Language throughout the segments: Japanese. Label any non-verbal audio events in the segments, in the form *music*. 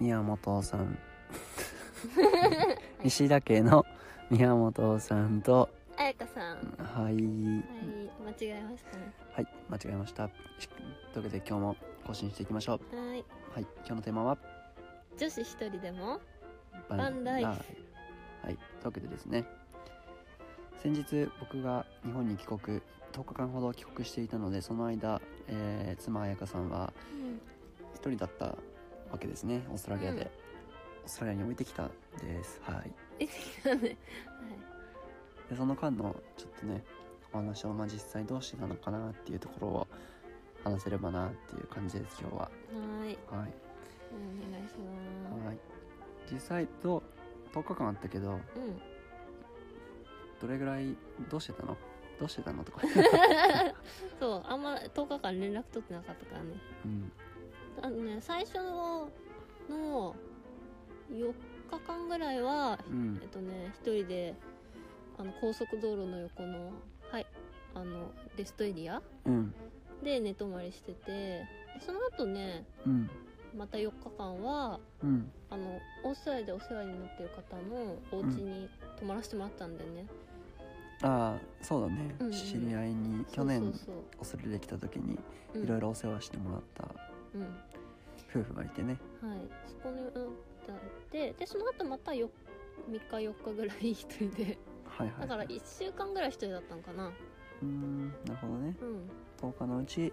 宮本さん石田家の *laughs* 宮本さんと *laughs* あやかさん、ははいい、間違えましたね。はい間違えましたしというわけで今日も更新していきましょうはい、はい今日のテーマは女子一人でも、バンライフはいというわけでですね先日僕が日本に帰国10日間ほど帰国していたのでその間、えー妻彩香さんは一人だったわけですねオーストラリアで、うんオーストラリアに置いてきたですはいえ、違うね。でその間のちょっとねお話をまあ実際どうしてたのかなっていうところを話せればなっていう感じです今日ははい、はい、はい、お願いしまはい、実際と10日間あったけどす。うどん、れぐらいどうしてたのどうしてたの *laughs* とか、そう、あんま10日間連絡取ってなかったからね。うん、あのね、最初の、の、4日間ぐらいは、うんえっとね、一人で、あの、高速道路の横の、はい、あの、レストエリアうんで寝泊まりしてて、その後ね、うんまた4日間は、うんあのオーストラリアでお世話になってる方のお家に泊まらせてもらったんだよね、ああそうだね、うんうん知り合いに去そ年うそうお連れできた時にそういろいろ、ろお世話してもらったうん夫婦がいてねはいそこにうんだってでその後またよ3日4日ぐらい一人ではいはいだから1週間ぐらい一人だったのかなうーんなるほどねうん10日のうち、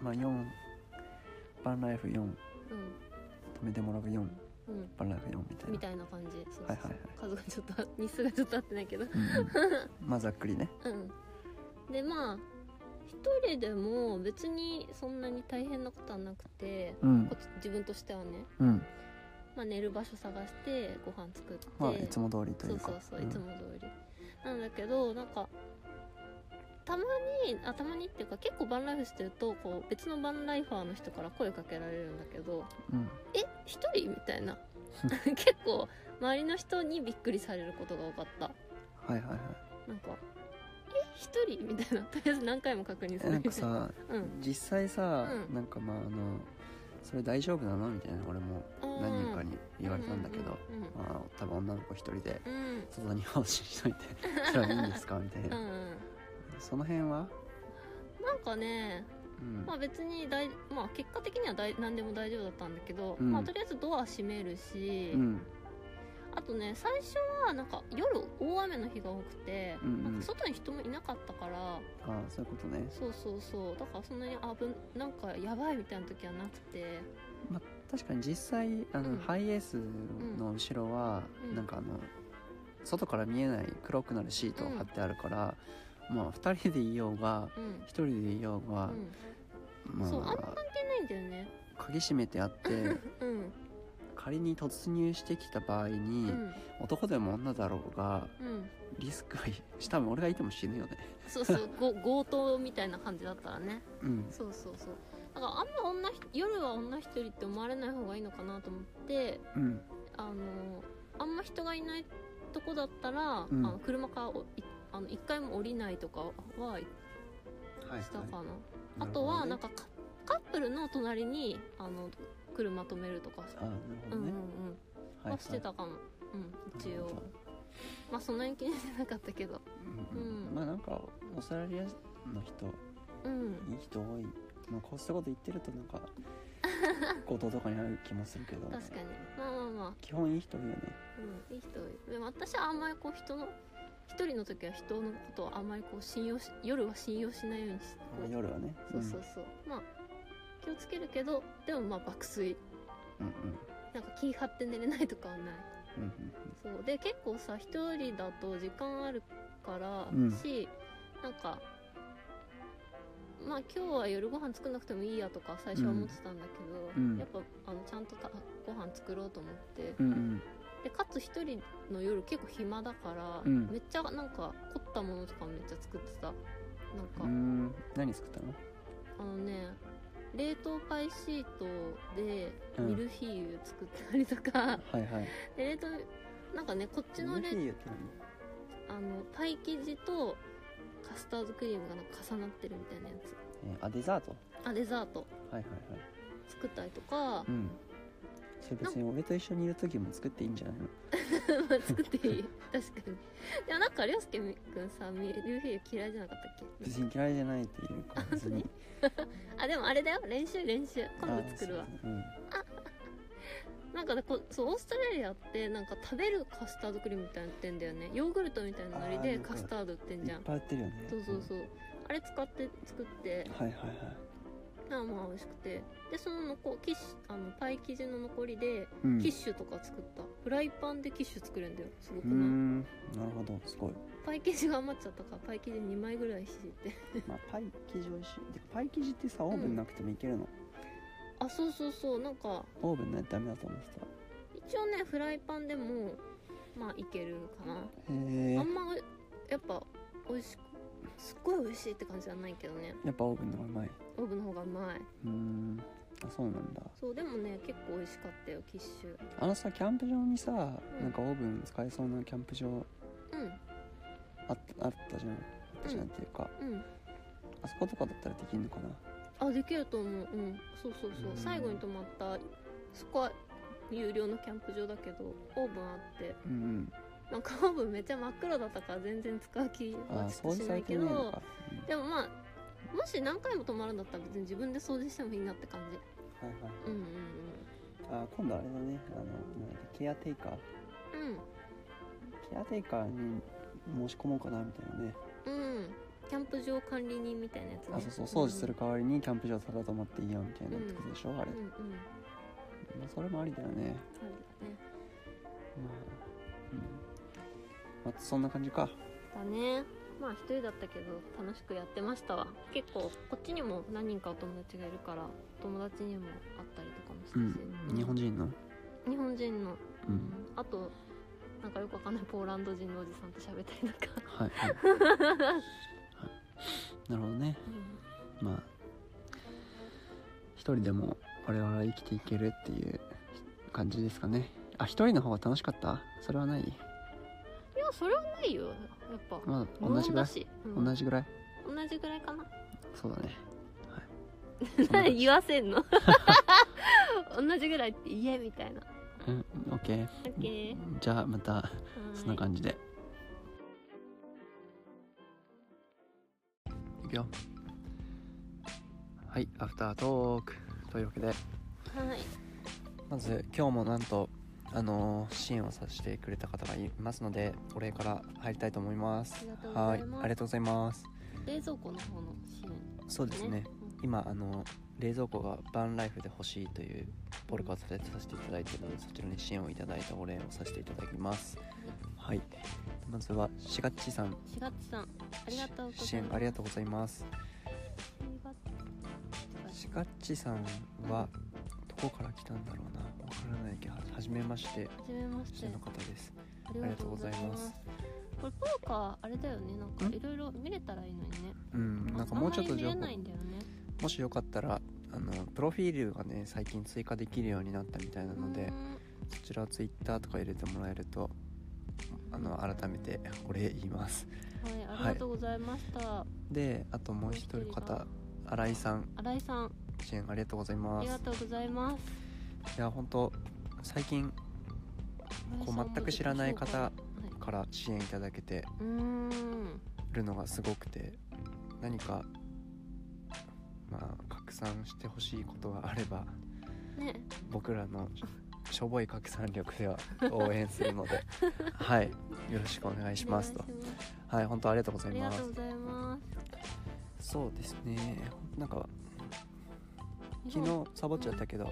まあ、4バンライフ4止めてもらう4うんうんバンライフ4みたいなみたいな感じそうそうそうはいはいはい数がちょっと日数がちょっと合ってないけどうんうんまあざっくりねうんでまあ一人でも別にそんなに大変なことはなくてうんこっち自分としてはねうんまあ、寝る場所探してご飯作って、まあいつも通りといそううかそうそういつも通り、なんだけどなんかたまにあたまにっていうか結構バンライフしてるとこう別のバンライファーの人から声かけられるんだけどうん「え一人?」みたい *laughs* な結構周りの人にびっくりされることが多かったはいはいはなんか「え一人?」みたいなとりあえず何回も確認いするなみんたかいなさうん実際さ、うんなんかまああのそれ大丈夫なのみたいな俺もあー何人かに言われたんだけど、うんうんまあ多分女の子一人でうん外に放置しとい *laughs* てそれはいいんですかみたいうんうな、んうんその辺はなんかねうん、まあ別に大、まあ、結果的には大何でも大丈夫だったんだけど、うんまあ、とりあえずドア閉めるし、うんあとね最初はなんか夜大雨の日が多くて、うんうんなんか外に人もいなかったからああそういうことねそうそうそうだからそんなに危んなんかやばいみたいな時はなくて確かに実際あの、うんハイエースの後ろは、うんなんかあの外から見えない黒くなるシートを貼ってあるから、まあ2人でいようがうん1人でいようがう、んまそうあんま関あ係ないんだよね鍵閉めてあって *laughs* うん仮に突入してきた場合うに、ん男でも女だろうがうんリスクは多分俺がいても死ぬよねそうそうご *laughs* 強盗みたいな感じだったらねうんそうそうそうだからあんま女ひ夜は女一人って思われない方がいいのかなと思ってうんあのあんま人がいないとこだったら、うんあの車からおいあの一回も降りないとかははいしたかな、なるほあどねとはなんかカカップルの隣にあの車止めるとかさあなるほうどんうんね、うんはしてなたかも、うん一る応ほどまあそんなに気にしてなかったけどうんうんまあなんかオーストラリアの人うんいい人多い、まあ、こうしたこと言ってるとなん *laughs* か強盗とかにある気もするけど、確かにまあまあまあ基本いい人多いよねうん、いい人多いでも私はあんまりこう人の一人の時は人のことをあんまりこう信用し夜は信用しないようにしてまあ夜はねそうそうそう、まあ気をつけるけどでもまあ爆睡うんうんなんか気張って寝れないとかはないうんうんそうで結構さ一人だと時間あるからうんし、なんかまあ今日は夜ご飯作んなくてもいいやとか最初は思ってたんだけうど、んやっぱあのちゃんとたご飯作ろうと思ってうんうんでかつ一人の夜結構暇だから、うんめっちゃなんか凝ったものとかめっちゃ作ってたなんか、うんうん何作ったのあのね冷凍パイシートでうんミルフィーユ作ったりとか、 *laughs* はいはいこで冷凍なんかねこっちのレ冷ーってあのパイ生地とカスタードクリームがなんか重なってるみたいなやつ何、えーあデザートあデザートはいはいはい作ったりとか *laughs* う、んそれ別に俺と一緒にいる時も作っていいんじゃないのまあ作ってい *laughs* い確かにでもなんか涼介くんさミルフィーユ嫌いじゃなかったっけ別に嫌いじゃないっていうか別にあでもあれだよ練習練習 *laughs* 今度作るわあそうなんかねこそうオーストラリアってなんか食べるカスタードクリームみたいなの売ってんだよねヨーグルトみたいなのりあーでなんかカスタード売ってうんん、いじゃっんぱい売ってるよねそうそうそうあれ使って作ってうんはいはいはいまあまあ美味しくてでその残キッシュあのパイ生地の残りでうんキッシュとか作った、フライパンでキッシュ作るんだよすごくうーない、んなるほどすごい、パイ生地が余っちゃったからパイ生地2枚ぐらい敷いてまあ、パイ生地美味しいでパイ生地ってさオーブンなくてもいけるの、あそうそうそうなんかオーブンないとダメだと思ってた一応ねフライパンでもまあいけるかなへえあんまやっぱ美味しくすっごい美味しいって感じじゃないけどねやっぱオーブンの方がうまいオーブンの方がうまいうーんあそうなんだそうでもね結構美味しかったよキッシュあのさキャンプ場にさ、んなんかオーブン使えそうなキャンプ場うあっあったじゃんあったじゃんっていうか、んうんあそことかだったらできるのかなあできると思ううんそうそうそう、うん最後に泊まったそこは有料のキャンプ場だけどオーブンあってうんうんなんか *laughs* オーブンめっちゃ真っ黒だったから全然使う気あはーちょっ掃除としさなれいてけないのどか、うんでもまあもし何回も泊まるんだったら別に自分で掃除してもいいなって感じはいはいうんうんあー今度あれだねあのなんだっけケアテイカーうんケアテイカーに申し込もうかなみたいなねうんうんキャンプ場管理人みたいなやつ、ね、あそうそう掃除する代わりにキャンプ場ただ泊まっていいよみたいなってことでしょ、あれうん、うんうんあまあ、それもありだよねるまあねうんまあ、そんな感じかだねまあ一人だったけど楽しくやってましたわ結構こっちにも何人かお友達がいるから友達にも会ったりとかもしたし、日本人の日本人の、うんあとなんかよくわかんないポーランド人のおじさんと喋ったりとか、 *laughs* はい、はいはい、なるほどねまあ一人でも我々は生きていけるっていう感じですかねあ一人の方が楽しかったそれはないいやそれはないよやっぱまあ同じぐらい日同本だしじぐらいうん同じぐらいかなそうだねはいそんな感じ *laughs* 言わせんの同じぐらいって言えみたいなうんオッケー OK じゃあまたそんなはーい感じでいくよはいアフタートークというわけではいまず今日もなんとあのー支援をさせてくれた方がいますのでお礼から入りたいと思いますありがとうござはいいますありがとうございます冷蔵庫の方の支援そうですねうん今あの冷蔵庫がバンライフで欲しいというボルカをさせてさせていただいているのでそちらに支援をいただいたお礼をさせていただきますはいまずはしがっちさんしがっちさん、ありがとうございます。支援ありがとうございますしシがカッチさんはどこから来たんだろうなわからないけどはじめましてはじめまして下の。方ですありがとうございます。これポーカーあれだよね。なんんかいろいろ見れたらいいのにね。うんなんかもうちょっと情あん報まり見れないんだよね。もしよかったらあのプロフィールがね最近追加できるようになったみたいなのでそちらを Twitter とか入れてもらえるとあの改めてお礼言いますうーんはい、ありがとうございました。であともう一人方新井さん新井さん、支援ありがとうございあまりすがとうございます。いや本当最近こう全く知らないは方い。から支援いただけてうーん。るのがすごくて何かまあ拡散してほしいことがあればね、僕らのしょぼい拡散力では応援するの *laughs* ではいよろしくお願いしますとお願いしますはい本当ありがとうごあざいりがまとすうございます。そうですねなんか日昨本、日サボっちゃったけど、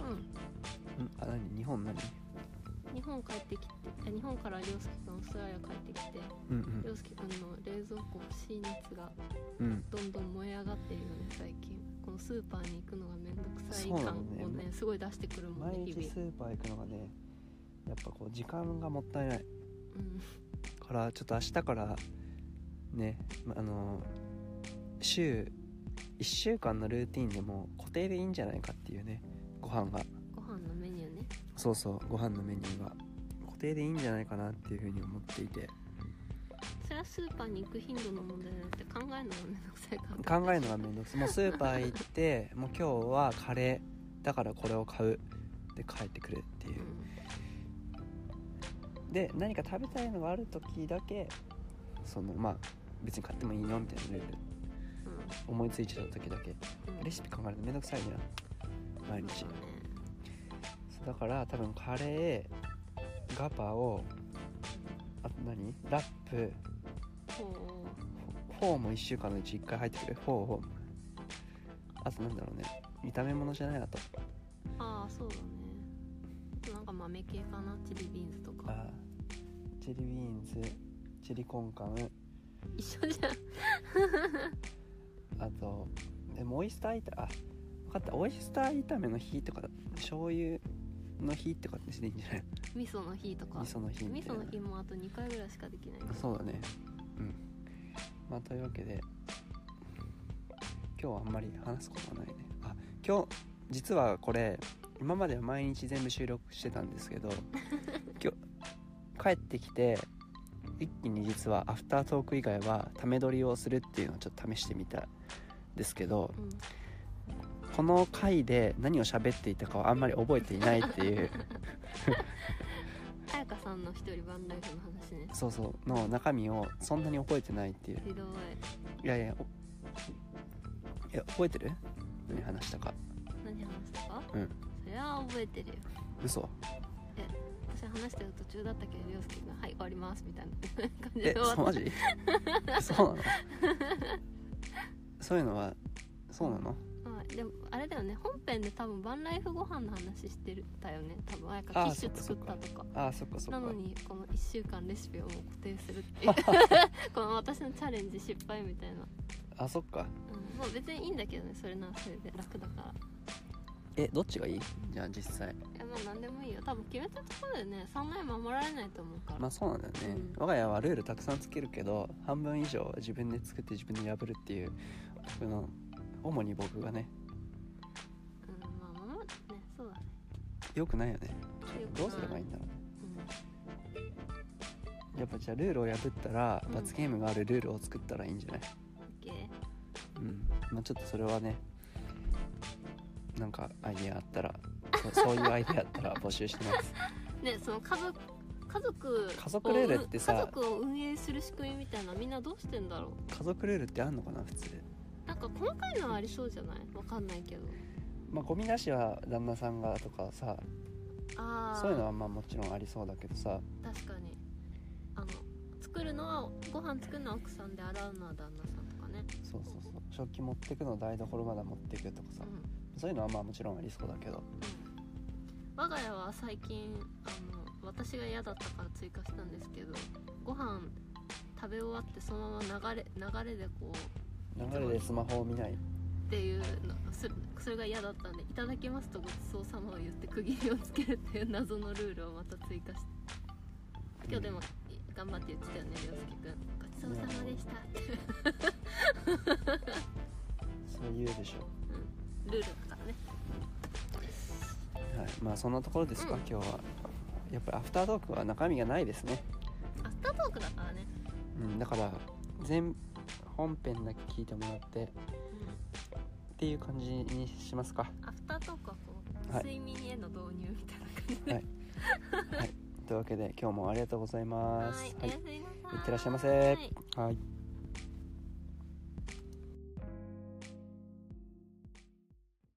うん、あ何日本何うん、日本帰ってきて、あ日本から涼介くんオーストラリア帰ってきて。うん涼介くんの冷蔵庫欲しい熱がうんうんどんどん燃え上がってるよね最近このスーパーに行くのがめんどくさいそうな感のねをねすごい出してくるもんね毎日日々スーパー行くのがねやっぱこう時間がもったいないうんからちょっと明日からねまあの週1週間のルーティンでも固定でいいんじゃないかっていうねご飯がご飯のメニューねそうそうご飯のメニューが固定でいいんじゃないかなっていうふうに思っていてそれはスーパーに行く頻度の問題じゃなくて考えるのがめんどくさいか考えるのがめんどくさいもうスーパー行ってもう今日はカレーだからこれを買うで帰ってくれっていうで何か食べたいのがある時だけそのまあ別に買ってもいいよみたいなルール思いついちゃった時だけレシピ考えるのめんどくさいじゃん毎日そうだから多分カレーガパオあと何ラップフォーも1週間のうち1回入ってくるフォーフォーあとなんだろうね炒め物じゃないあとああそうだねなんか豆系かなチリビーンズとかあーチェリービーンズチェリコンカン一緒じゃんあとでもオイスター炒めあ分かったオイスター炒めの日とか醤油の日とかってしていいんじゃない味噌の日とか味噌の日み味たい噌なの日もあと2回ぐらいしかできないそうだねうんまあというわけで今日はあんまり話すことはないねあ今日実はこれ今までは毎日全部収録してたんですけど今日帰ってきて一気に実はアフタートーク以外はため撮りをするっていうのをちょっと試してみたんですけどうんこの回で何を喋っていたかはあんまり覚えていないっていう彩香さんの一人バンライフの話ねそうそうの中身をそんなに覚えてないっていうひどいいやいや、おいや覚えてる何話したか。何話したかうんそれは覚えてるよ嘘私話してる途中だったけど涼介が「はい終わります」みたいな *laughs* 感じえ、で終わっそうマ *laughs* ジそたうなのそういうのは、そうなのあでもあれだよね本編で多分バンライフご飯の話してるだよね多分彩香テあィーッシュ作ったとかああ、そっかそっなかの。にこの1週間レシピをもう固定するっていう *laughs* この私のチャレンジ失敗みたいな、あ、そっか。うん、まあ別にいいんだけどねそれならそれで楽だからえ、どっちがいいじゃあ実際。いやまあ何でもいいよ多分決めたところでね3年守られないと思うから、まあそうなんだよね。うん我が家はルールたくさんつけるけど、半分以上は自分で作って自分で破るっていう、僕の、主に僕がね、うん、まあ守るねそうだね良くないよね。良くないどうすればいいんだろう。うんやっぱじゃあルールを破ったら、うん罰ゲームがあるルールを作ったらいいんじゃない OK うん、まあちょっとそれはねなんかアイディアあったらそそういうアイディアあったら募集して *laughs* ますねその家族家族家族ルールってさ家族を運営する仕組みみたいなみんなどうしてんだろ家族ルールってあんのかな普通うなんか細かいのはありそうじゃないわかんないけどまあゴミ出しは旦那さんがとかさああそういうのはまあもちろんありそうだけどさ確かにあの作るのはご飯作るのは奥さんで洗うのは旦那さんとかねそうそうそう食器持ってくの台所まだ持ってくとかうさん、そういうのはまあもちろんありそうだけどうん、我が家は最近あの私が嫌だったから追加したんですけどご飯食べ終わってそのまま流れ流れでこう流れでスマホを見ないっていうのそれそれが嫌だったんで「いただきます」とごちそうさまを言って区切りをつけるっていう謎のルールをまた追加して今日でも頑張って言ってたよね涼介くん「ごちそうさまでした」ってそういうでしょルールだからねはいまあそんなところですか、うん今日はやっぱりアフタートークは中身がないですねアフタートークだからね、うんだから全本編だけ聞いてもらってっていう感じにしますか。アフタートークはこう、はい睡眠への導入みたいな感じというわけで今日もありがとうございます。はい、おやすみなさいいってらっしゃいませはいはい。